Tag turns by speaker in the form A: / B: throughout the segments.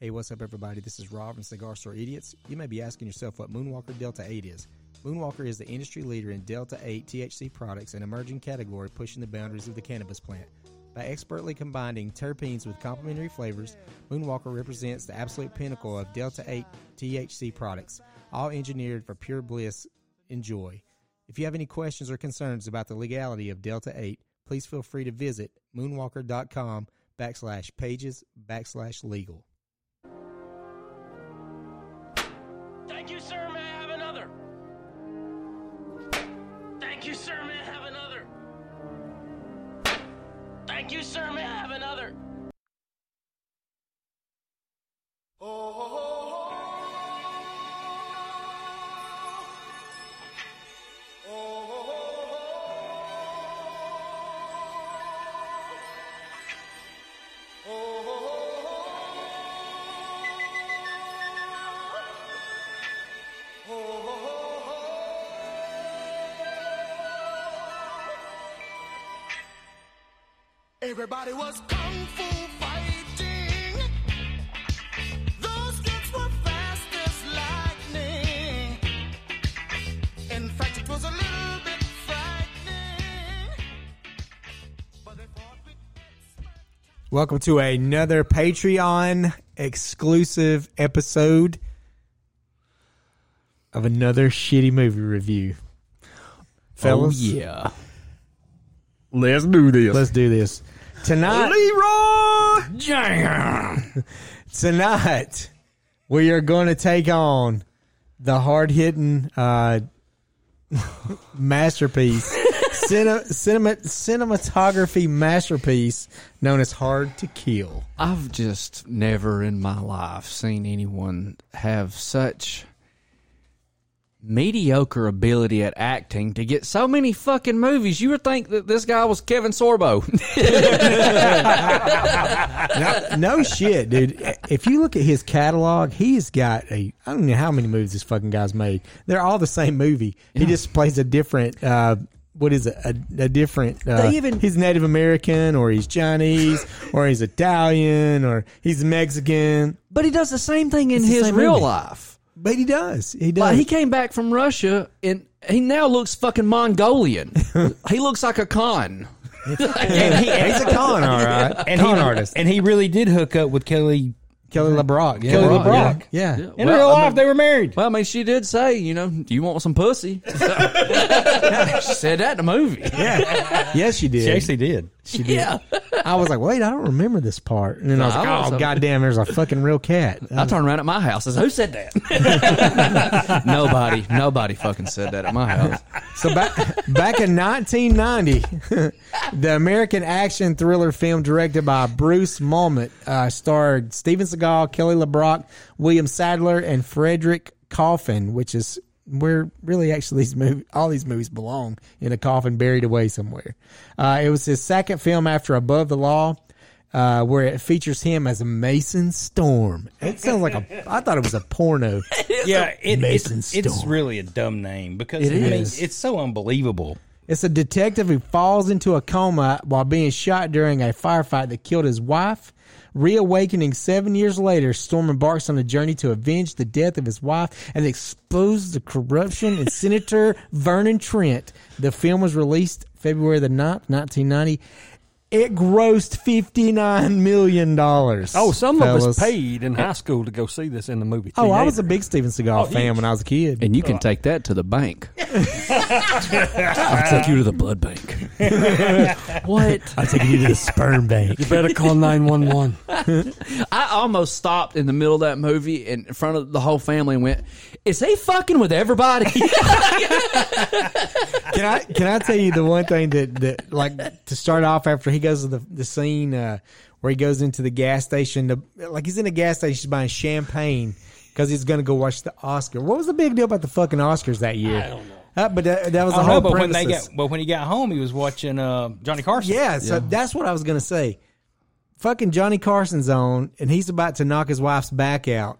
A: Hey, what's up, everybody? This is Rob from Cigar Store Idiots. You may be asking yourself what Moonwalker Delta 8 is. Moonwalker is the industry leader in Delta 8 THC products, an emerging category pushing the boundaries of the cannabis plant. By expertly combining terpenes with complementary flavors, Moonwalker represents the absolute pinnacle of Delta 8 THC products, all engineered for pure bliss. Enjoy. If you have any questions or concerns about the legality of Delta 8, please feel free to visit moonwalker.com backslash pages backslash legal.
B: Thank you, sir. May I have another? Thank you, sir. May I have another? Thank you, sir. May I have another?
C: Everybody was kung fu fighting. Those kids were fast as lightning. In fact, it was a little bit frightening. But they fought with
A: Welcome to another Patreon exclusive episode of another shitty movie review. Fellas,
D: yeah.
E: Let's do this.
A: let's do this. Tonight,
E: Leroy
A: tonight, we are going to take on the hard hitting uh, masterpiece, cine, cinema, cinematography masterpiece known as Hard to Kill.
D: I've just never in my life seen anyone have such mediocre ability at acting to get so many fucking movies. You would think that this guy was Kevin Sorbo.
A: no shit, dude. If you look at his catalog, he's got a I don't know how many movies this fucking guy's made. They're all the same movie. He just plays a different uh what is it? A, a different. Uh,
D: They even-
A: he's Native American, or he's Chinese, or he's Italian, or he's Mexican.
D: but he does the same thing in
A: It's the
D: his
A: same
D: real
A: movie.
D: life.
A: But he does. He does.
D: Like he came back from Russia and he now looks fucking Mongolian. he looks like a con.
A: he's a con, all right.
E: and
A: con
E: he,
A: artist.
E: And he really did hook up with Kelly.
A: Kelly LeBrock. Yeah.
D: Kelly LeBrock.
A: Yeah.
E: In
D: Well,
E: real
D: I
E: life,
D: mean-
E: they were married.
D: Well, I mean, she did say, you know, do you want some pussy? she said that in the movie.
A: Yeah. yes, she did.
E: She actually did.
A: She did. I was like, wait, I don't remember this part. And then I was
D: No,
A: like,
D: I was-
A: oh, goddamn, there's a fucking real cat.
D: I turned around at my house. I said, "Who said that?" nobody, nobody fucking said that at my house.
A: So back back in 1990, the American action thriller film directed by Bruce Malmut uh, starred Steven Seagal, Kelly LeBrock, William Sadler, and Frederick Coffin, which is where really actually these movie, all these movies belong in a coffin buried away somewhere. Uh, it was his second film after Above the Law. Uh, where it features him as a Mason Storm. It sounds like a. I thought it was a porno.
E: Yeah, it,
A: Mason
E: it's, it's
A: Storm.
E: really a dumb name because
D: It
E: I mean,
D: is.
E: it's so unbelievable.
A: It's a detective who falls into a coma while being shot during a firefight that killed his wife. Reawakening seven years later, Storm embarks on a journey to avenge the death of his wife and expose the corruption in Senator Vernon Trent. The film was released February the 9th, 1990. It grossed $59 million.
F: Oh, some of
A: fellas.
F: us paid in high school to go see this in the movie.
A: Oh, I was a
F: theater.
A: big Steven
F: Oh,
A: Seagal fan when I was a kid.
D: And you can take that to the bank. I'll take you to the blood bank. what?
A: I take you to the sperm bank.
F: You better call nine one one.
D: I almost stopped in the middle of that movie in front of the whole family and went, "Is he fucking with everybody?"
A: can I can I tell you the one thing that, that like to start off after he goes to the the scene uh, where he goes into the gas station to, like he's in a gas station he's buying champagne because he's gonna go watch the Oscar. What was the big deal about the fucking Oscars that year? I don't know. but that, that was the
E: I
A: whole
E: know, Uh-huh, but when they
A: premises.
E: got, but when he got home, he was watching uh, Johnny Carson.
A: Yeah, so that's what I was gonna say. Fucking Johnny Carson's on, and he's about to knock his wife's back out.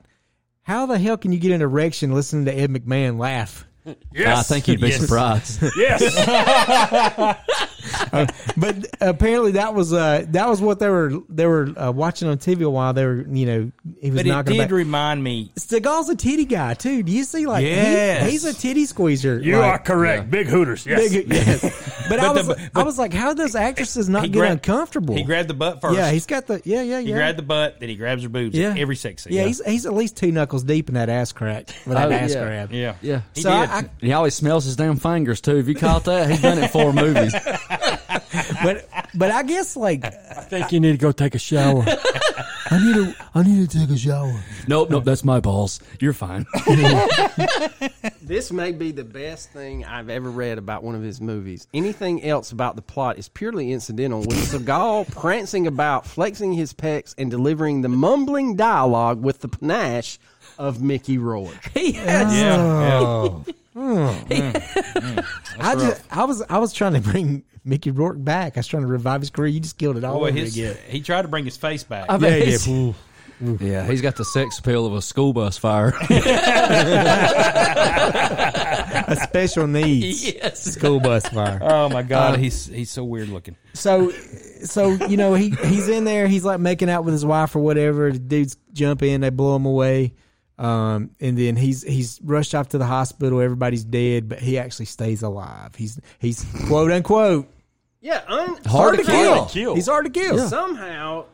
A: How the hell can you get an erection listening to Ed McMahon laugh?
D: I think you'd be surprised.
A: but apparently that was uh that was what they were they were uh, watching on TV while they were you know he was
E: But it
A: knocking
E: did
A: about.
E: remind me.
A: Seagal's a titty guy too. Do you see like he-
E: Yes.
A: he's a titty squeezer.
G: You are
A: like,
G: correct. Big Hooters. Yes.
A: big- yes. But, I
E: But
A: was
E: the-
A: I
E: but-
A: was like, how do those actresses not
E: he
A: get
E: grabbed-
A: uncomfortable?
E: He grabbed the butt first.
A: yeah, he's got the yeah yeah yeah.
E: he grabbed the butt, then he grabs her boobs.
A: yeah
E: every sex scene.
A: Yeah, he's he's at least two knuckles deep in that ass crack with that
D: Oh,
A: ass
D: yeah.
A: grab.
E: yeah,
D: Yeah.
E: He
A: So
E: did.
A: I, I,
D: He always smells his damn fingers too. Have you caught that? He's done it four movies.
A: but but I guess like
F: I think you need to go take a shower. I need to. I need to take a shower.
D: Nope, nope, that's my balls. You're fine.
H: This may be the best thing I've ever read about one of his movies. Anything else about the plot is purely incidental, with Seagal prancing about, flexing his pecs, and delivering the mumbling dialogue with the panache of Mickey Roy.
D: He has,
A: oh. I just I was I was trying to bring Mickey Rourke back. I was trying to revive his career. You just killed it all
E: Oh, boy,
A: over
E: his,
A: again.
E: he tried to bring his face back.
D: I mean,
A: Yeah,
D: he's-
A: yeah. Ooh.
D: yeah, he's got the sex appeal of a school bus fire.
A: A special needs
D: yes.
A: school bus fire.
E: oh my god,
A: Uh,
E: he's he's so weird looking.
A: so so you know he he's in there he's like making out with his wife or whatever the dudes jump in they blow him away um and then he's he's rushed off to the hospital everybody's dead but he actually stays alive he's he's quote unquote
H: Yeah, un-
D: Hard to kill.
A: he's hard to kill
H: somehow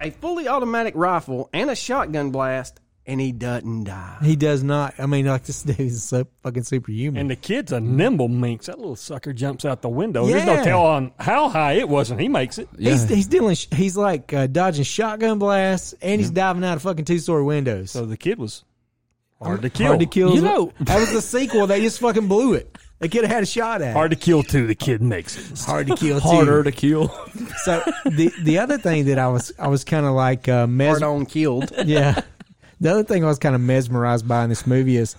H: a fully automatic rifle and a shotgun blast, and he doesn't die.
A: he does not i mean like this dude is so fucking superhuman
F: And the kid's a nimble minx. That little sucker jumps out the window. There's
A: Yeah.
F: no tell on how high it was, and he makes it.
A: he's he's dealing sh- he's like uh, dodging shotgun blasts and he's diving out of fucking two story windows
F: So the kid was hard to kill.
A: hard to kill
F: You know,
A: that was the sequel they just fucking blew it they could have had a shot at it.
F: hard to kill too. The kid makes it.
A: hard to kill too.
D: Harder to kill.
A: So the the other thing that I was I was kind of like uh,
H: Hard
A: mesmer-
H: on killed.
A: yeah. The other thing I was kind of mesmerized by in this movie is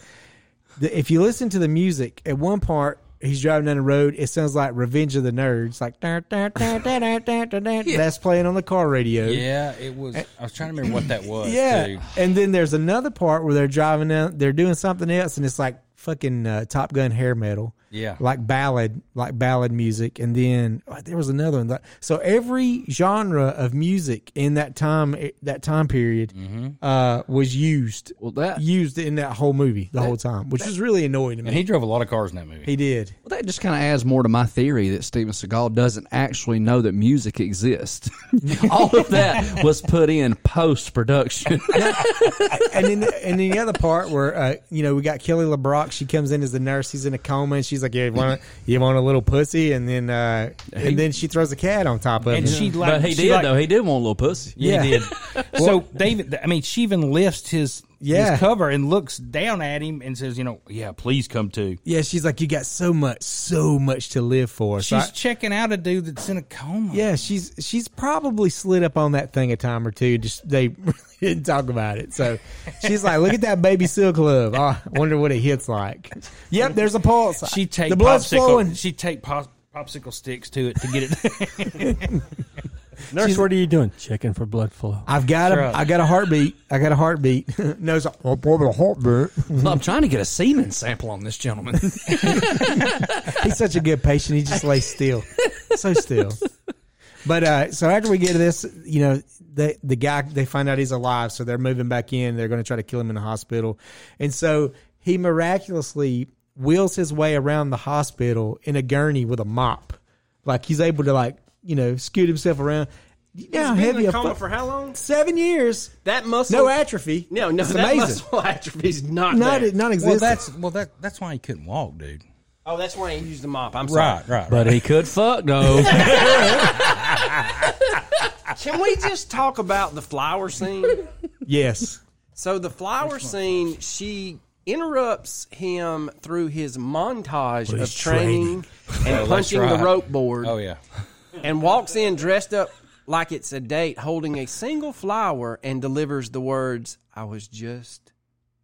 A: the, if you listen to the music at one part. He's driving down the road. It sounds like "Revenge of the Nerds," like "Dun, dun, dun, dun, dun, dun, dun, dun." that's playing on the car radio.
E: Yeah, it was. I was trying to remember what that was.
A: Yeah.
E: too.
A: and then there's another part where they're driving out, they're doing something else, and it's like fucking uh, Top Gun hair metal.
E: Yeah.
A: like ballad, like ballad music, and then oh, there was another one. So every genre of music in that time, eh, that time period, uh, was used.
D: Well, that-
A: used in that whole movie the whole time, which was really annoying to me.
E: and he drove a lot of cars in that movie.
A: he did.
D: Well, that just kind of adds more to my theory that Steven Seagal doesn't actually know that music exists. All of that was put in post production.
A: and then and then the other part where uh, you know we got Kelly LeBrock. She comes in as the nurse. He's in a coma, and she's like, "Yeah, you want a, you want a little pussy?" And then uh, and then she throws a cat on top of him.
E: And she like,
D: but he
E: she
D: did
E: like-
D: though. He did want a little pussy.
A: yeah,
E: He did. so David, I mean, she even lifts his
A: Yeah.
E: his cover and looks down at him and says, "You know, yeah, please come too."
A: yeah. She's like, "You got so much, so much to live for." So
E: She's
A: I-
E: checking out a dude that's in a coma.
A: yeah, she's she's probably slid up on that thing a time or two. Just they really didn't talk about it. So she's like, "Look at that baby seal club. Oh, I wonder what it hits like." Yep, there's a pulse.
E: she take
A: the blood's
E: popsicle,
A: flowing.
E: She take pop, popsicle sticks to it to get it.
F: Nurse, what are you doing? Checking for blood flow.
A: I've got a,
E: Sure.
A: I got a heartbeat. I got a heartbeat. no, it's like, oh, boy, a heartbeat.
D: Well, I'm trying to get a semen sample on this gentleman.
A: He's such a good patient. He just lays still, so still. But uh, so after we get to this, you know, the the guy they find out he's alive, so they're moving back in. They're going to try to kill him in the hospital, and so he miraculously wheels his way around the hospital in a gurney with a mop, like he's able to like you know scoot himself around. You know how
H: He's been
A: heavy
H: in
A: a
H: a coma
A: fu-
H: for how long?
A: seven years,
H: That muscle.
A: no atrophy,
H: No, no,
A: it's
H: that
A: amazing,
H: muscle atrophy's not,
A: not
H: there.
A: not
E: well,
A: existent.
E: that's well that that's why he couldn't walk, dude.
H: Oh, that's why he used the mop. I'm
E: Right, right, right.
D: but he could fuck though.
H: sorry. Can we just talk about the flower scene?
A: yes.
H: So the flower scene, she interrupts him through his montage of training, and punching
E: right.
H: the rope board,
E: Oh yeah,
H: and walks in dressed up like it's a date, holding a single flower, and delivers the words, "I was just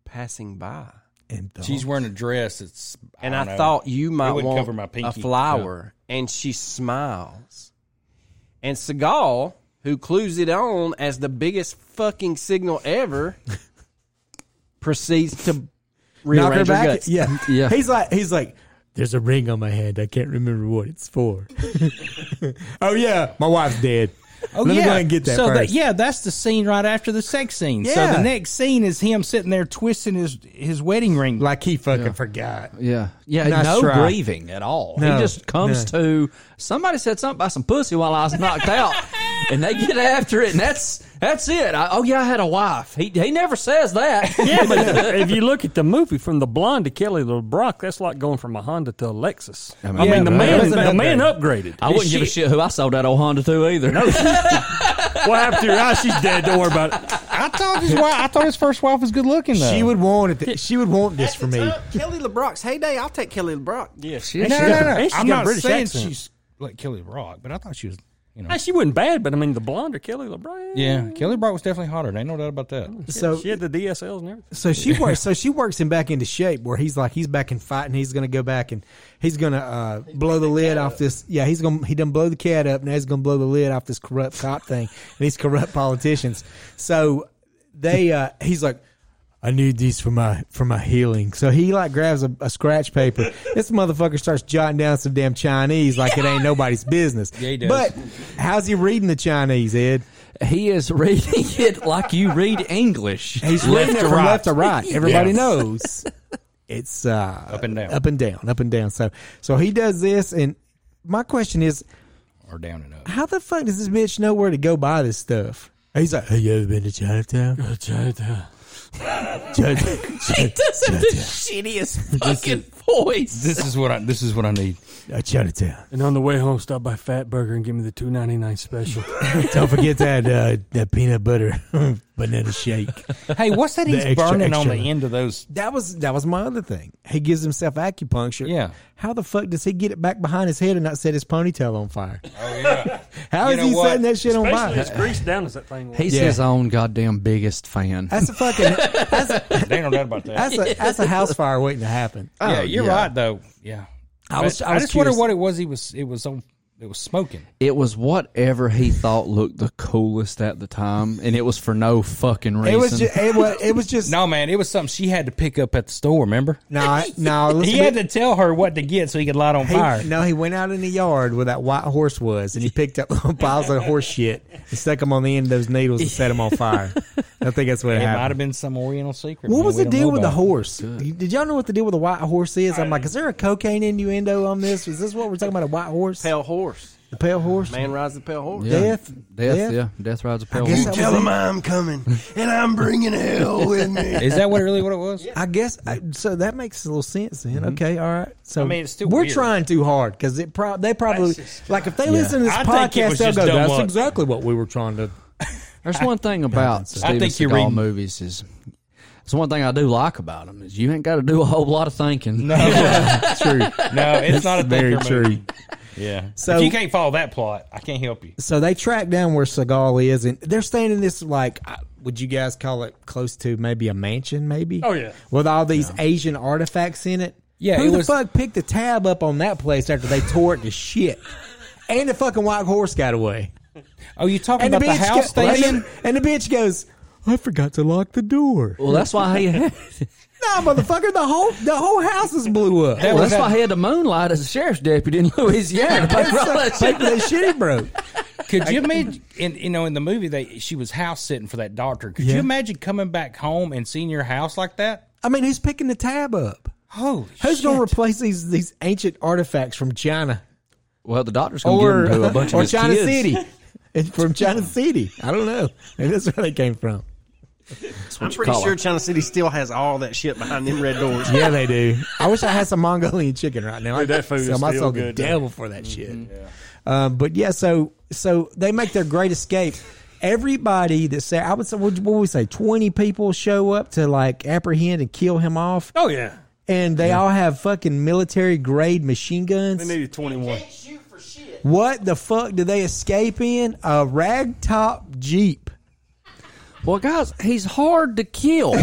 H: passing by."
A: And the
E: she's wearing a dress. It's
H: And
E: I,
H: I,
E: don't know.
H: thought you might
E: wouldn't
H: want
E: cover my
H: a
E: pinky.
H: flower, and she smiles. And Seagal, who clues it on as the biggest fucking signal ever, proceeds to
A: knock her
H: Rearrange her
A: back.
H: guts.
A: Yeah.
D: Yeah.
A: He's like, he's like, there's a ring on my hand. I can't remember what it's for. oh yeah, my wife's dead.
E: Oh,
A: Let
E: yeah.
A: me go ahead and get that
E: so
A: first.
E: yeah, that's the scene right after the sex scene. So
A: Yeah.
E: the next scene is him sitting there twisting his his wedding ring.
A: Like he fucking forgot.
D: Yeah, yeah,
A: Nice
D: no
A: try.
D: grieving at all.
A: No,
D: he just comes to somebody said something about some pussy while I was knocked out, and they get after it, and that's that's it. I, oh yeah, I had a wife. He he never says that.
G: Yeah, but if you look at the movie from the blonde to Kelly LeBrock, that's like going from a Honda to a Lexus. I mean,
D: mean,
G: the
A: that
D: yeah,
G: man,
A: is an
G: the man upgraded.
D: I wouldn't give a shit who I sold that old Honda to either. No,
G: What happened to your eye? She's dead. Don't worry about it.
E: I thought his wife, I thought his first wife was good looking though.
A: She would want it. She would want this for me.
H: uh, Kelly LeBrock's heyday. I'll take Kelly LeBrock. Yeah,
E: no, no, no, no.
G: and she's
E: I'm
G: got a
E: not
G: British
E: saying
G: accent.
E: she's like Kelly Rock, but I thought she was. You know,
G: Ah, she wasn't bad, but I mean, the blonde or Kelly LeBrock.
E: yeah, Kelly Brock was definitely hotter. There ain't no doubt about that.
A: So
G: She had the DSLs and everything.
A: so she works so she works him back into shape where he's like he's back in fighting he's gonna go back and he's gonna uh, blow the lid off this yeah he's gonna he done blow the cat up now he's gonna blow the lid off this corrupt cop thing and these corrupt politicians so they uh, he's like I need these for my for my healing so he like grabs a, a scratch paper this motherfucker starts jotting down some damn Chinese like it ain't nobody's business yeah
E: he does.
A: but how's he reading the Chinese Ed
D: he is reading it like you read English.
A: He's reading it from left to right. Everybody knows it's uh, up
E: and down.
A: up and down, up and down. So, so he does this, and my question is,
E: Or down and up.
A: how the fuck does this bitch know where to go buy this stuff? He's like, "Have you ever been to Chinatown?"
D: He does have the shittiest fucking voice.
E: This is what I. This is what I need.
A: Uh, Chinatown.
G: And on the way home, stop by Fat Burger and give me the two ninety nine special.
A: Don't forget that uh, that peanut butter banana shake.
E: Hey, what's that he's
A: The extra,
E: burning on
A: extra.
E: the end of those?
A: That was that was my other thing. He gives himself acupuncture.
E: Yeah.
A: How the fuck does he get it back behind his head and not set his ponytail on fire? Oh yeah. How
E: You
A: is
E: know
A: he
E: what?
A: setting that shit on fire?
G: Especially as greased down as that thing was.
D: He's
A: Yeah.
D: his own goddamn biggest fan.
A: That's a fucking that's a,
E: There ain't no doubt about that.
A: that's a that's a house fire waiting to happen.
E: yeah,
D: Oh,
E: you're
D: yeah.
E: right though. Yeah,
A: I was- I was
E: just wonder
A: curious.
E: what it was. He was. It was on. It was smoking.
D: It was whatever he thought looked the coolest at the time, and it was for no fucking reason.
A: It was just it was it was just
E: No, man, it was something she had to pick up at the store. Remember?
A: no I- no. Listen,
E: He had to tell her what to get so he could light on fire.
A: he, no, he went out in the yard where that white horse was, and he picked up piles of horse shit and stuck them on the end of those needles and set them on fire. I think that's what
E: It might have
A: happened.
E: been some Oriental secret.
A: What
E: man.
A: was
E: We
A: the
E: don't know
A: deal with the
E: about it.
A: horse? Did y'all know what the deal with the white horse is? I'm like, is there a cocaine innuendo on this? Is this what we're talking about? A white horse,
H: pale horse.
A: the pale horse,
H: Man rides the pale horse.
D: Yeah.
A: death,
D: Death, yeah. Death rides a pale
A: guess
D: horse.
A: that was
C: Tell
A: it.
C: him I'm coming, and I'm bringing hell with me.
E: Is that what really what it was?
A: I guess I, so. That makes a little sense
E: Mm-hmm.
A: then. Okay, all right. So I
E: mean, it's still
A: we're
E: weird.
A: trying too hard because it. Pro- they probably like if they listen to this
E: I think it
A: podcast,
E: was
A: they'll
E: just
A: go.
E: dumb
A: That's
E: luck."
A: exactly what we were trying to.
D: There's one thing about Steven
E: I think you're
D: Seagal
E: reading-
D: movies is it's one thing I do like about them is you ain't got to do a whole lot of thinking.
A: True.
E: No, it's not a
A: Very
E: thinker
A: true.
E: movie. Yeah.
A: So-
E: So if you can't follow that plot, I can't help you.
A: So they track down where Seagal is, and they're staying in this like, I- would you guys call it close to maybe a mansion? Maybe.
G: Oh, yeah.
A: With all these Asian artifacts in it.
E: Yeah,
A: Who
E: it
A: the
E: was-
A: fuck picked the tab up on that place after they tore it to shit? And the fucking white horse got away.
E: Oh, you talking
A: And
E: about the,
A: bitch
E: house
A: go-
E: thing?
A: and the- and the bitch goes, I forgot to lock the door.
D: Well, that's why he had,
A: Nah, motherfucker, the whole the whole house is blew up.
D: well, that's why he had the moonlight as a sheriff's deputy in Louisiana. to pay for all that shit.
A: Paper that shit he broke.
E: Could you imagine? In, you know, in the movie, they she was house sitting for that doctor. Could
A: Yeah.
E: you imagine coming back home and seeing your house like that?
A: I mean, who's picking the tab up?
E: Holy
A: Who's
E: shit.
A: going to replace these these ancient artifacts from China
D: Well, the doctor's gonna
A: or
D: give him to a bunch
A: or
D: of his
A: China
D: kids.
A: City? It's from China City. I don't know. Maybe that's where they came from.
H: I'm
D: you
H: pretty
D: call
H: sure
D: her.
H: China City still has all that shit behind them red doors.
A: Yeah, they do. I wish I had some Mongolian chicken right now. I
G: that food is
A: sell my
G: still
A: soul
G: good,
A: to
G: though.
A: the devil for that shit.
G: Mm-hmm.
A: Um, but yeah, so so they make their great escape. Everybody that say I would say what would we say twenty people show up to like apprehend and kill him off,
G: Oh yeah,
A: and they all have fucking military grade machine guns.
G: they needed twenty one.
A: What the fuck do they escape in? A ragtop jeep.
D: Well, guys, he's hard to kill.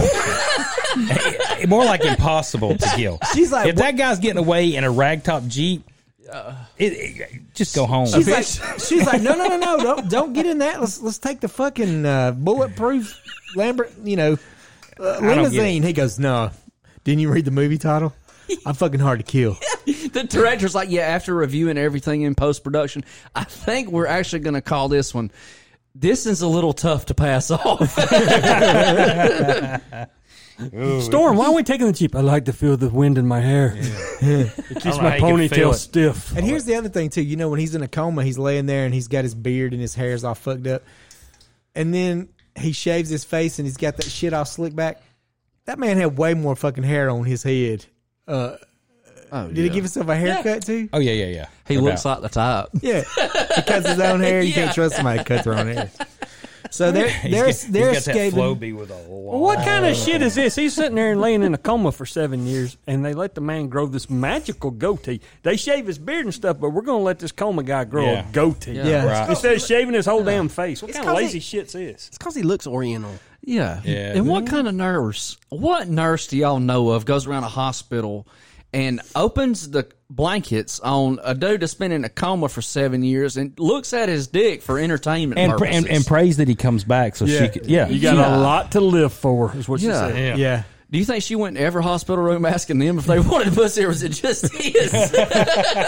E: More like impossible to kill.
A: She's like,
E: if that guy's getting away in a ragtop jeep, it, it- just go home.
A: She's like, she's like, no, no, no, no, don't, don't get in that. Let's let's take the fucking uh, bulletproof Lambert, you know, uh,
E: don't get
A: limousine. He goes, no, Didn't you read the movie title? I'm fucking hard to kill.
D: the director's like, yeah, after reviewing everything in post production, I think we're actually going to call this one. This is a little tough to pass off.
F: Storm, why are we taking the Jeep? I like to feel the wind in my hair. it keeps
E: know
F: my
E: how you can feel
F: ponytail
E: it.
F: stiff.
A: And here's the other thing too. You know, when he's in a coma, he's laying there and he's got his beard and his hair's all fucked up. And then he shaves his face and he's got that shit all slicked back. That man had way more fucking hair on his head. Uh,
D: oh,
A: did he give himself a haircut too?
E: Oh yeah, yeah, yeah.
D: He
E: No
D: looks
E: doubt.
D: like the type.
A: Yeah, he cuts his own hair. You can't trust somebody to cut their own hair. So they're they're
E: He's got-
A: they're
E: he's got that
A: escaping.
E: Floby with a long.
G: What kind of shit is this? He's sitting there and laying in a coma for seven years, and they let the man grow this magical goatee. They shave his beard and stuff, but we're going to let this coma guy grow
E: Yeah.
G: a goatee.
A: yeah,
E: Right.
G: Instead of shaving his whole damn face. What
H: It's
G: kind of
H: 'cause
G: lazy
H: it-
G: shit's this?
H: It's because he looks Oriental.
D: Yeah.
E: Yeah.
D: And what kind of nurse? What nurse do y'all know of goes around a hospital and opens the blankets on a dude that's been in a coma for seven years and looks at his dick for entertainment
E: And, pra-
D: purposes?
E: and and prays that he comes back so she could. Yeah,
G: You got
D: Yeah.
G: a lot to live for, is what
D: Yeah.
G: you said.
A: yeah.
D: do you think she went to every hospital room asking them if they wanted pussy or was it just his?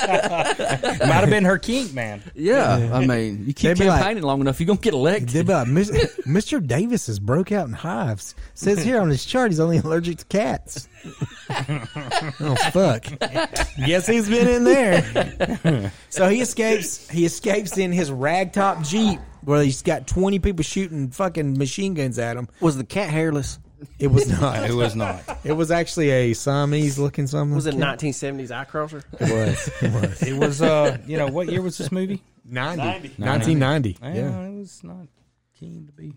E: It might have been her kink, man.
D: yeah. I mean, you keep
A: They'd be like-
D: campaigning long enough, you're going to get
A: They'd
D: elected.
A: be like, "Mis- Mr. Davis is broke out in hives. Says here on his chart he's only allergic to cats. oh fuck! Guess he's been in there. so he escapes. He escapes in his ragtop jeep, where he's got twenty people shooting fucking machine guns at him.
H: Was the cat hairless?
A: Uh, It was not.
E: It was not.
A: It was actually a Siamese looking something.
H: Was it a 1970s eye crosser?
A: It was. It was.
E: It was. Uh, you know, what year was this movie?
A: 90. 1990.
E: Yeah,
A: Yeah.
E: it was not keen to be.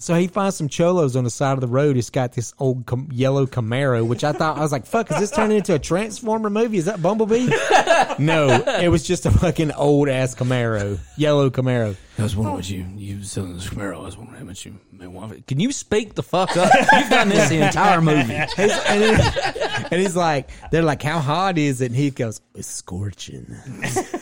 A: So he finds some cholos on the side of the road. It's got this old com- yellow Camaro, which I thought I was like, "Fuck, is this turning into a Transformer movie? Is that Bumblebee?" no, it was just a fucking old ass Camaro, yellow Camaro.
D: I was wondering what you, you was selling this Camaro. I was wondering how much you may want it. Can you speak the fuck up? You've done this the entire movie.
A: He's- and, he- and he's like, "They're like, how hot is it?" And he goes, "It's scorching."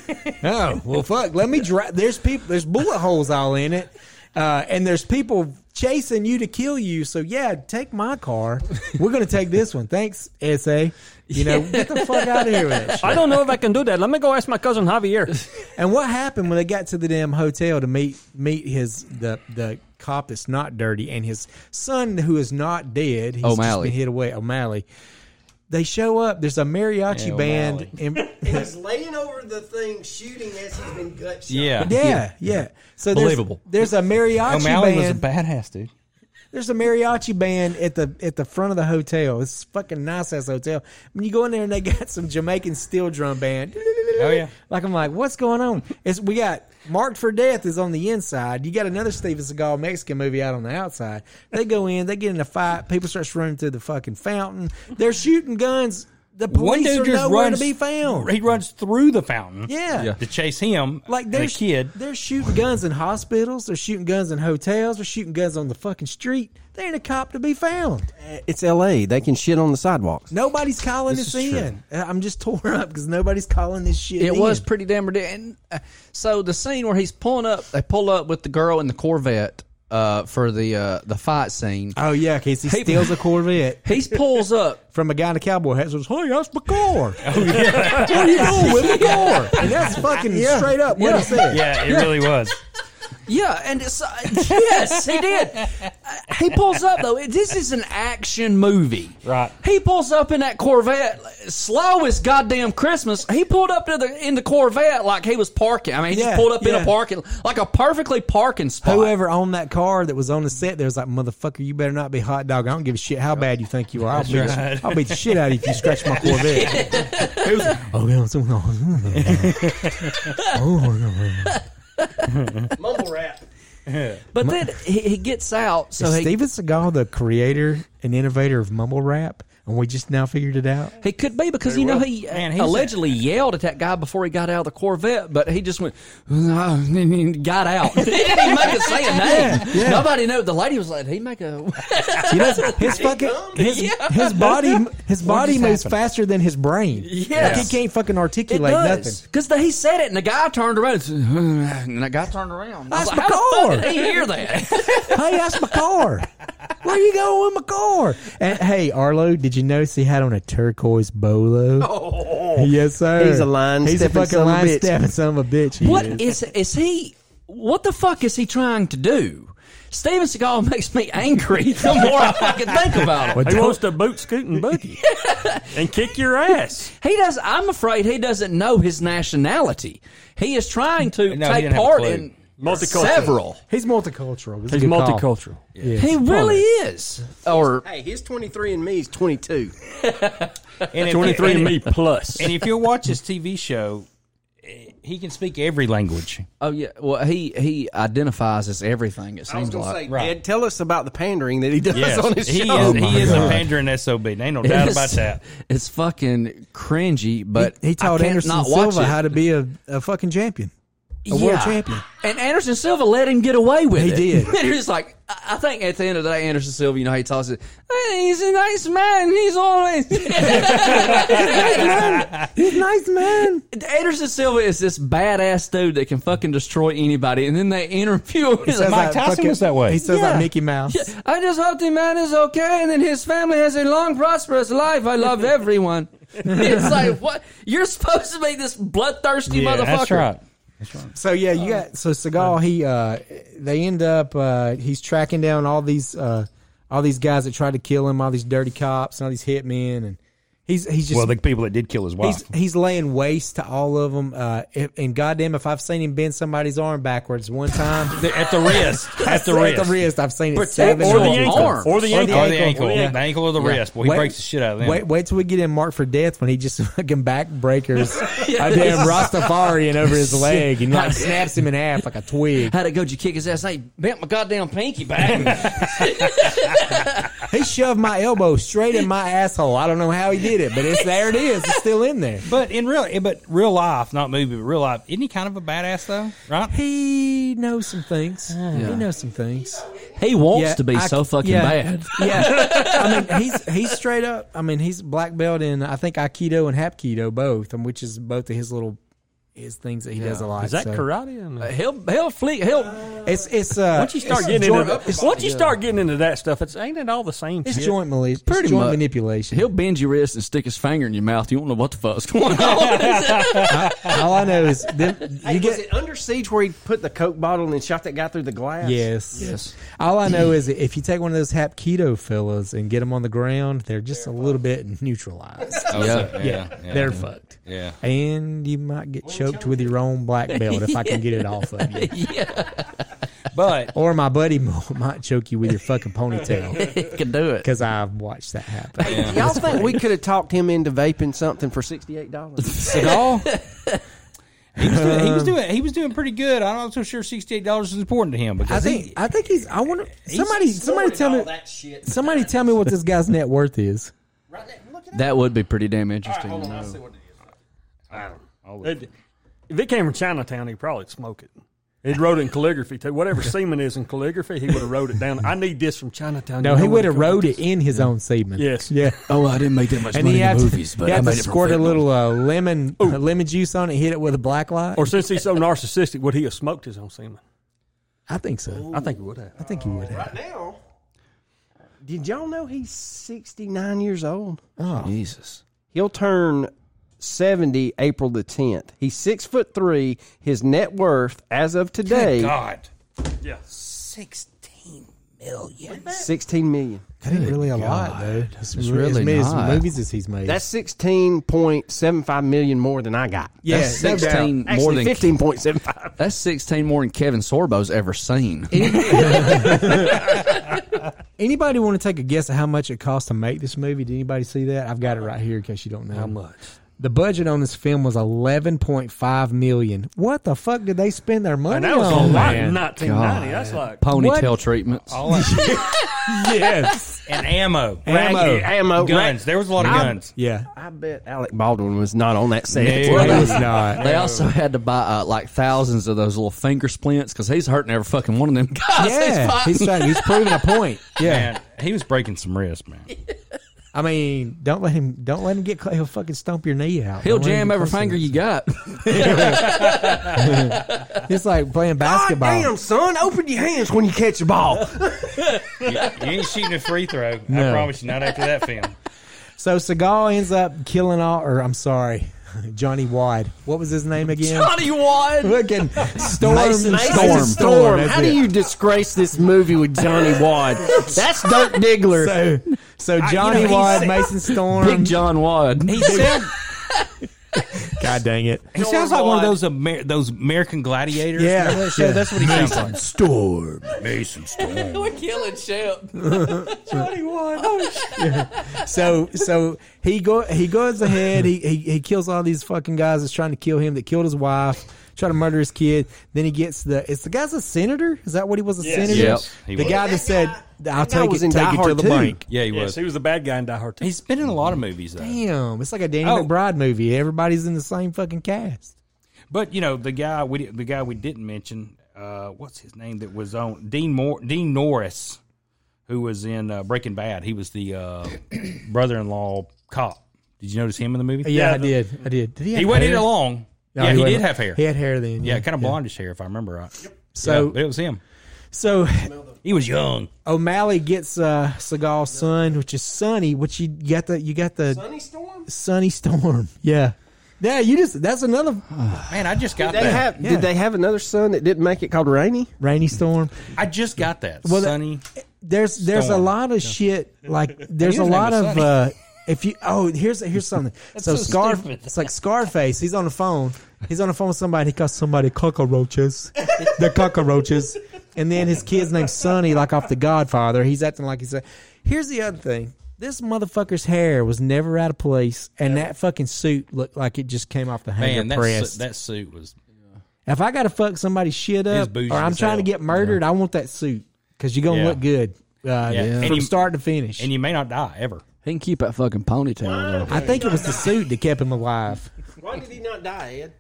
A: oh well, fuck. Let me drive. There's people. There's bullet holes all in it, uh, and there's people chasing you to kill you. So yeah, take my car. We're gonna take this one. Thanks, SA. You know, get the fuck out of here with that shit.
G: I don't know if I can do that. Let me go ask my cousin Javier.
A: And what happened when they got to the damn hotel to meet meet his the the cop that's not dirty and his son who is not dead? He's just
D: O'Malley.
A: been hit away. O'Malley. They show up. There's a mariachi
E: Yeah,
A: band. And,
C: He's laying over the thing, shooting as he's been gut shot.
E: Yeah,
A: yeah, yeah. So there's-
D: Believable.
A: There's, a mariachi
E: O'Malley was a
A: band.
E: badass dude.
A: there's a mariachi band at the at the front of the hotel. It's a fucking nice ass hotel. When you go in there and they got some Jamaican steel drum band.
E: Oh yeah,
A: Like I'm like, what's going on? It's we got Marked for Death is on the inside. You got another Steven Seagal Mexican movie out on the outside. They go in, they get in a fight. People start running through the fucking fountain. They're shooting guns. The
E: one
A: police
E: dude
A: are
E: just
A: nowhere
E: runs
A: to be found.
E: He runs through the fountain.
A: Yeah.
E: to chase him
A: Like
E: like
A: they're
E: the kid.
A: they're shooting guns in hospitals. They're shooting guns in hotels. They're shooting guns on the fucking street. There ain't a cop to be found.
H: It's L.A. They can shit on the sidewalks.
A: Nobody's calling this,
H: This is true.
A: in. Uh, I'm just tore up because nobody's calling this shit.
D: It
A: in.
D: was pretty damn ridiculous. And, uh, so the scene where he's pulling up, they pull up with the girl in the Corvette uh, for the uh, the fight scene.
A: Oh yeah, Casey
D: Hey-
A: steals a Corvette.
D: He pulls up.
A: from a guy in a cowboy hat says, "Hey, that's my car. what are you doing with my car?" And that's fucking straight up what he said.
E: Yeah, it really was.
D: Yeah, and it's uh, yes, he did. Uh, he pulls up though. This is an action movie,
E: Right.
D: He pulls up in that Corvette, slow as goddamn Christmas. He pulled up to the in the Corvette like he was parking. I mean, he
A: Yeah,
D: just pulled up in
A: yeah.
D: a parking like a perfectly parking spot.
A: Whoever owned that car that was on the set, there was like, "Motherfucker, you better not be hot dog. I don't give a shit how bad you think you are. I'll, beat,
E: right.
A: I'll beat the shit out of you if you scratch my Corvette." It was- oh yeah, so- Oh,
C: Mumble rap.
D: but then he, he gets out. So
A: Is
D: he,
A: Steven Seagal, the creator and innovator of mumble rap, and we just now figured it out.
D: He could be because you know he uh,
E: Man, he's
D: allegedly yelled at that guy before he got out of the Corvette, but he just went and got out. he didn't even make it say a name. Nobody knew. The lady was like, "He make a
A: He does, his fucking his,
D: Yeah.
A: his body his body
E: just
A: moves
E: happened?
A: faster than his brain.
D: Yes.
A: Like he can't fucking
D: it
A: articulate nothing.
D: does because he said it and the guy turned around and, said, and the guy turned around. I
A: That's
D: was like,
A: my
D: How the
A: car."
D: fuck did he hear that?
A: hey, that's my car. Where you going with my car? And hey, Arlo, did you notice he had on a turquoise bolo? yes, sir.
H: He's a line
A: He's a
H: stepping
A: fucking
H: son of a
A: line
H: bitch.
A: stepping son of a bitch. he
D: What
A: is.
D: is is he? What the fuck is he trying to do? Steven Seagal makes me angry the more I fucking think about it.
G: He wants to boot scoot and boogie and kick your ass.
D: He does. I'm afraid he doesn't know his nationality. He is trying to
E: No, he
D: take
E: didn't have a
D: part
E: clue.
D: in
G: Multicultural.
D: several.
A: He's multicultural. It's a
G: He's
A: good call.
G: multicultural.
D: He really is. Or
H: Hey, his 23 and me is 22.
E: And if-
G: 23
E: and-
G: and me plus.
E: And if you'll watch his TV show, eh, he can speak every language.
D: oh yeah. Well, he he identifies as everything. It
H: I was
D: seems
H: going to
D: like.
H: say,
E: Right.
H: Ed, tell us about the pandering that he does on his
E: he
H: show. Oh
E: is, he is a Mandarin SOB. Ain't no doubt about that.
D: It's fucking cringy, but
A: He
D: I
A: taught
D: can't
A: Anderson
D: not watch
A: Silva
D: it.
A: how to be a, a fucking champion. a world champion.
D: And Anderson Silva let him get away with
A: He
D: it.
A: did.
D: And it's like I I think at the end of the day, Anderson Silva, you know, he tells it. "Hey, He's a nice man. He's always
A: He's a nice man.
D: Anderson Silva is this badass dude that can fucking destroy anybody, and then they interview him. He's
A: Sounds
D: like,
E: Mike Tyson was that way.
A: He sounds
D: Yeah.
A: like Mickey Mouse.
D: "Yeah, I just hope the man is okay, and then his family has a long, prosperous life. I love everyone. it's like what you're supposed to be this bloodthirsty
E: Yeah,
D: motherfucker.
E: that's right.
A: So yeah, you got so Seagal. He uh, they end up uh, he's tracking down all these uh, all these guys that tried to kill him, all these dirty cops, and all these hitmen, and he's he's just
E: Well, the people that did kill his wife.
A: he's he's laying waste to all of them. Uh, if, and goddamn, if I've seen him bend somebody's arm backwards one time.
E: The- at the wrist. At the
A: At
E: wrist.
A: the wrist, I've seen it
D: Protect
A: seven
D: your
A: times.
D: ankle. Arm.
G: Or the
E: Or
G: ankle.
E: the
A: ankle.
E: ankle.
A: Yeah.
E: The ankle or the wrist. Well, he breaks the shit out of them.
A: Wait, wait till we get him marked for death when he just fucking back breakers a damn Rastafarian over his leg and like snaps him in half like a twig.
D: How'd it go? Did you kick his ass? I bent my goddamn pinky back.
A: He shoved my elbow straight in my asshole. I don't know how he did it, but it's there. It is. It's still in there.
E: But in real, eh, but real life, not movie, but real life, isn't he kind of a badass though? Right?
A: He knows some things. He knows some things.
D: he wants
A: Yeah,
D: to be
A: I-
D: so fucking
A: yeah.
D: bad.
A: Yeah, I mean he's he's straight up. I mean he's black belt in I think Aikido and Hapkido both, and which is both of his little his things that he does a lot.
G: Is that
A: so.
G: karate? I mean,
D: He'll he'll flee. He'll
A: It's it's uh,
G: once you start
A: it's
G: getting
A: joint,
G: into that, once you start getting into that stuff, it's ain't it all the same?
A: it's
G: shit?
A: joint, mali- it's
D: Pretty
A: joint
D: much.
A: manipulation.
D: he'll bend your wrist and stick his finger in your mouth. You don't know what the fuck's going on.
A: All I know is them, you
H: Hey,
A: get
H: was it under siege where he put the coke bottle and then shot that guy through the glass?
A: Yes. All I know is that if you take one of those hap keto fellas and get them on the ground, they're just a little bit neutralized.
D: yeah.
E: yeah,
A: they're fucked.
E: yeah.
A: And you might get choked with your own black belt if I can get it off of you.
E: But
A: Or my buddy mo- might choke you with your fucking ponytail
D: He can do it.
A: because I've watched that happen.
H: Y'all think we could have talked him into vaping something for $68?
E: Seagal, he was, doing, he was doing he was doing pretty good. I'm not so sure sixty eight dollars is important to him
A: I
E: because
A: think I think he's. I wonder somebody somebody tell me
H: that shit.
A: somebody tell me what this guy's net worth is.
H: Right now, look at that.
D: That would be pretty damn interesting.
H: Hold
D: to
H: on, I'll
D: know.
H: see what it is.
G: It- if it came from Chinatown, he'd probably smoke it. He'd wrote it in calligraphy too. Whatever semen is in calligraphy, he would have wrote it down. I need this from Chinatown.
A: No,
G: You
A: he
G: know
A: would
G: where
A: have
G: to go with
A: wrote
G: this.
A: it in his own semen.
G: Yes.
A: Yeah.
D: Oh, I didn't make that much
A: And he had to, he had to
D: from
A: squirt a
D: fentanyl.
A: little uh, lemon lemon juice on it, hit it with a black light.
G: Or since he's so narcissistic, would he have smoked his own semen?
A: I think so.
G: I think he would have.
A: I think he would have.
H: Now, did y'all know he's 69 years old?
D: Jesus.
H: He'll turn 70 April the 10th. He's six foot three. His net worth as of today,
E: God,
H: $16 million.
A: That ain't really a lot, though. It's, really
D: really
A: as many as
D: not.
A: movies as he's made.
H: That's 16.75 million more than I got.
A: yeah,
D: that's
A: no doubt.
D: 16 more
H: Actually,
D: than
H: 15.75.
D: That's 16 more than Kevin Sorbo's ever seen.
A: Anybody want to take a guess at how much it cost to make this movie? Did anybody see that? I've got it right here in case you don't know. How much? The budget on this film was 11.5 million. What the fuck did they spend their money
G: And that was
A: on?
G: a lot
A: Oh, man?
G: in 1990. That's like
D: Ponytail treatments.
A: yes.
E: and ammo,
A: Ammo.
E: Raggedy
H: Ammo.
E: guns. There was a lot of guns.
A: Yeah.
H: I bet Alec Baldwin was not on that set.
E: No.
A: It was not.
D: They also had to buy uh, like thousands of those little finger splints because he's hurting every fucking one of them guys.
A: Yeah,
D: he's
A: he's,
D: fighting.
A: trying, he's proving a point. Yeah,
E: Man, he was breaking some wrists, man.
A: I mean, don't let him. Don't let him get. cl- He'll fucking stomp your knee out.
D: He'll
A: Don't let him
D: jam
A: get
D: every
A: close to
D: finger
A: it.
D: you got.
A: It's like playing
H: God
A: basketball.
H: damn, son, open your hands when you catch the ball.
I: You ain't shooting a free throw. I
A: No.
I: promise you, not after that film.
A: So Seagal ends up killing all. Or I'm sorry, Johnny Wide. What was his name again?
D: Johnny Wad.
A: Fucking Storm.
H: Storm.
A: Storm. that's
H: How
A: it.
H: do you disgrace this movie with Johnny Wad? That's Dirk Diggler.
A: So, so Johnny
H: know, he
A: Wad,
H: said-
A: Mason Storm.
D: Big John Wad.
E: He sounds,
A: God dang it.
E: he sounds like one of those Amer- those American gladiators.
A: Yeah.
E: Remember that show?
A: Yeah.
E: that's what he sounds like.
F: Storm.
I: Mason Storm.
D: We're killing Shep.
A: So so he go he goes ahead. He, he he kills all these fucking guys that's trying to kill him. That killed his wife. Try to murder his kid. Then he gets the. It's the guy's a senator. Is that what he was? A senator.
D: Yep,
I: he
A: the
I: was.
A: guy that said, "I'll
H: guy
A: take
H: was
A: it,
H: in Die
A: take it to
H: Hard
A: the
H: too.
A: bank."
E: Yeah, he
G: Yes,
E: was.
G: he was the bad guy in Die Hard. Too.
E: He's been in a lot of movies though.
A: Damn, it's like a Danny
E: Oh.
A: McBride movie. Everybody's in the same fucking cast.
E: But you know the guy we di- the guy we didn't mention. Uh, what's his name that was on Dean Mor- Dean Norris, who was in uh, Breaking Bad. He was the uh, brother-in-law cop. Did you notice him in the movie?
A: Yeah, I
G: the-
A: did. I did. Did he? Have
E: he wasn't in
A: hair?
E: it long.
A: No,
E: yeah, he, did
A: wasn't.
E: have hair.
A: He had hair then.
E: yeah, kind of blondish hair if I remember right. yeah,
A: So
E: but it was him.
A: so
E: He was young.
A: O'Malley gets uh, Seagal's son, which is Sonny. Which you got the you got the Sunny Storm. Sunny Storm. Yeah. Yeah, you just that's another
E: Man, I just got
H: They
E: that.
H: have,
A: Yeah.
H: Did they have another son that didn't make it called Rainy?
A: rainy storm.
E: I just got that.
A: Well, that-
E: Sonny.
A: There's there's a
E: Storm.
A: lot of shit like there's a
E: His name
A: lot
E: was
A: of
E: Sonny.
A: uh if you oh here's here's something. so,
E: so
A: Scar
E: stupid.
A: it's like Scarface, he's on the phone. He's on the phone with somebody, he calls somebody cockroaches. They're cockroaches. And then his kid's named Sonny, like off the Godfather. He's acting like he's a here's the other thing. This motherfucker's hair was never out of place, and that fucking suit looked like it just came off the hanger
E: Man, that
A: press.
E: su- that suit was.
A: If I gotta fuck somebody's shit up,
E: bougie
A: or I'm
E: as
A: trying to
E: hell.
A: get murdered, I want that suit because you're gonna
E: Yeah.
A: look good uh,
E: Yeah.
A: from
E: And you-
A: start to finish.
E: And you may not die ever.
D: He can keep that fucking ponytail though.
A: I think it was the suit that kept him alive.
H: Why did he not die, Ed?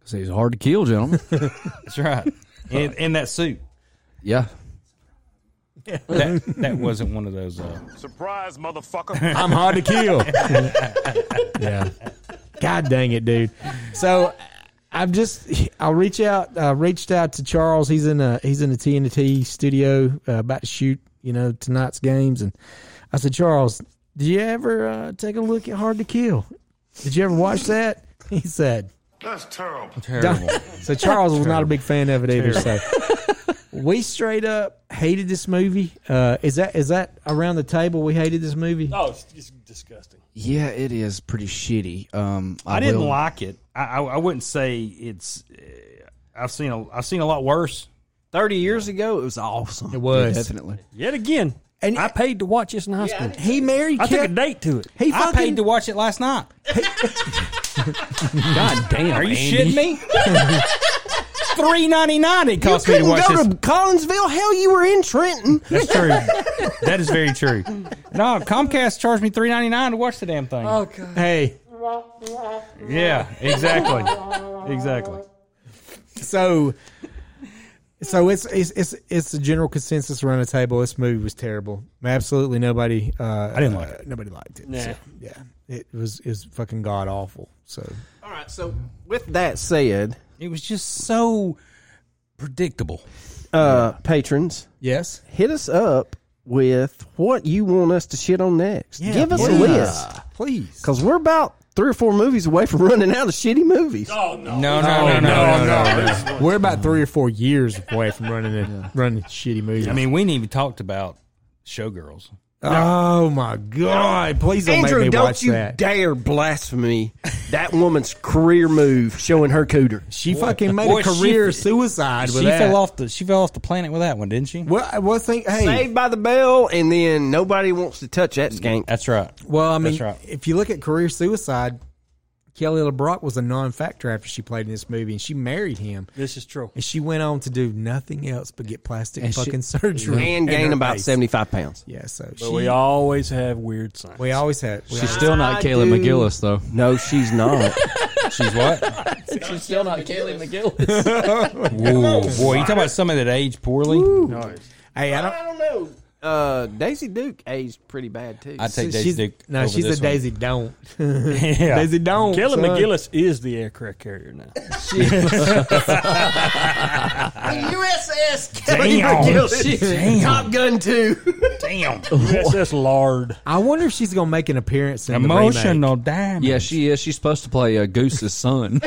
D: Cause he's hard to kill, gentlemen.
E: That's right. in, in that suit.
D: yeah.
E: That, that wasn't one of those. Uh,
J: Surprise, motherfucker.
A: I'm hard to kill. yeah. God dang it, dude. So I'm just I'll reach out I reached out to Charles. He's in a he's in the TNT studio uh, about to shoot, you know, tonight's games and I said, "Charles, did you ever uh, take a look at Hard to Kill? Did you ever watch that?" He said,
J: That's terrible.
A: Don't- So Charles was not a big fan of it either. So we straight up hated this movie. Uh, is that is that around the table? We hated this movie.
G: Oh, it's just disgusting.
D: Yeah, it is pretty shitty. Um, I,
E: I didn't
D: will-
E: like it. I, I, I wouldn't say it's. Uh, I've seen a, I've seen a lot worse.
H: 30 years ago, it was awesome.
A: It was.
D: Definitely.
G: Yet again,
A: And-
G: I paid to watch this in high school.
A: He married.
G: I took a
A: Kev-
G: date to it.
A: he
E: I
A: fucking.
E: paid to watch it last night.
D: God damn.
E: Are you shitting me? Three ninety nine it cost me to watch this.
H: Collinsville. Hell, you were in Trenton.
E: That's true. that is very true. No, Comcast charged me three ninety nine to watch the damn thing.
A: hey,
E: Yeah, exactly, exactly.
A: so. So it's, it's it's it's the general consensus around the table. This movie was terrible. Absolutely nobody. Uh, I
E: didn't like it.
A: Nobody liked it. So, yeah, it was it was fucking god awful. So
H: All right, so with that said,
E: It was just so predictable.
H: uh, patrons,
A: yes,
H: hit us up with what you want us to shit on next. Give us a
A: please.
H: list.
A: please.
H: Because we're about three or four movies away from running out of shitty movies.
E: No, no, Oh,
A: Oh,
E: no, no, no, no,
A: We're about three or four years away from running a, running shitty movies.
E: I mean, we ain't even talked about Showgirls.
A: oh my god! Please don't
H: Andrew,
A: make me
H: don't
A: watch
H: you
A: that.
H: dare blasphemy that woman's career move showing her cooter.
A: she fucking made
E: Boy,
A: a
E: she-
A: career suicide with
E: She
A: that.
E: fell off the she fell off the planet with that one, didn't she?
A: Well, well, think, hey,
H: Saved by the bell, and then nobody wants to touch that skank.
E: That's right.
A: well, I mean,
E: That's right.
A: if you look at career suicide, Kelly LeBrock was a non-factor after she played in this movie, and she married him,
G: This is true.
A: and she went on to do nothing else but get plastic
D: And she-
A: fucking surgery
H: And
A: Mm-hmm. in
H: gain
A: her
H: about
A: face.
H: 75 pounds.
A: Yeah, so
G: But
A: she,
G: we
A: we,
G: always have weird signs.
A: always had. We
D: She's still not Kayla
H: do.
D: McGillis though.
H: No, she's not.
E: She's what?
D: She's still not Kaylee McGillis.
E: Whoa, boy, you talking about somebody that aged poorly?
A: hey, I don't.
H: I don't know. Uh, Daisy Duke aged pretty bad too.
E: I'd take Daisy
A: she's,
E: Duke
A: No,
E: over
A: she's
E: this
A: a
E: one.
A: Daisy Don't.
G: Yeah.
A: Daisy Don't.
G: Kelly
A: son.
G: McGillis is the aircraft carrier now.
H: USS Kelly
E: Damn.
H: McGillis.
E: Damn.
H: Top Gun 2.
E: Damn.
G: USS Lard.
A: I wonder if she's gonna make an appearance in the
E: Emotional diamond.
D: Yeah, she is. She's supposed to play uh, Goose's son.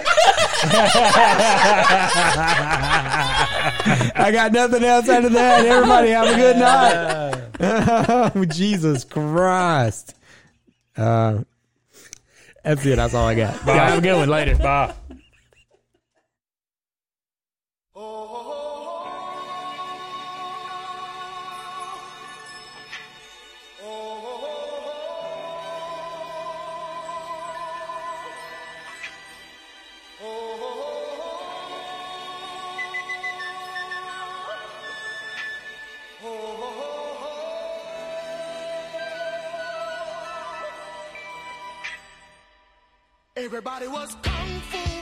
A: remake. I got nothing else out of that. Everybody have a good night. Oh, Jesus Christ. Uh, that's it. That's all I got.
E: Bye. Have a good one later. Bye.
J: Oh. Everybody was kung fu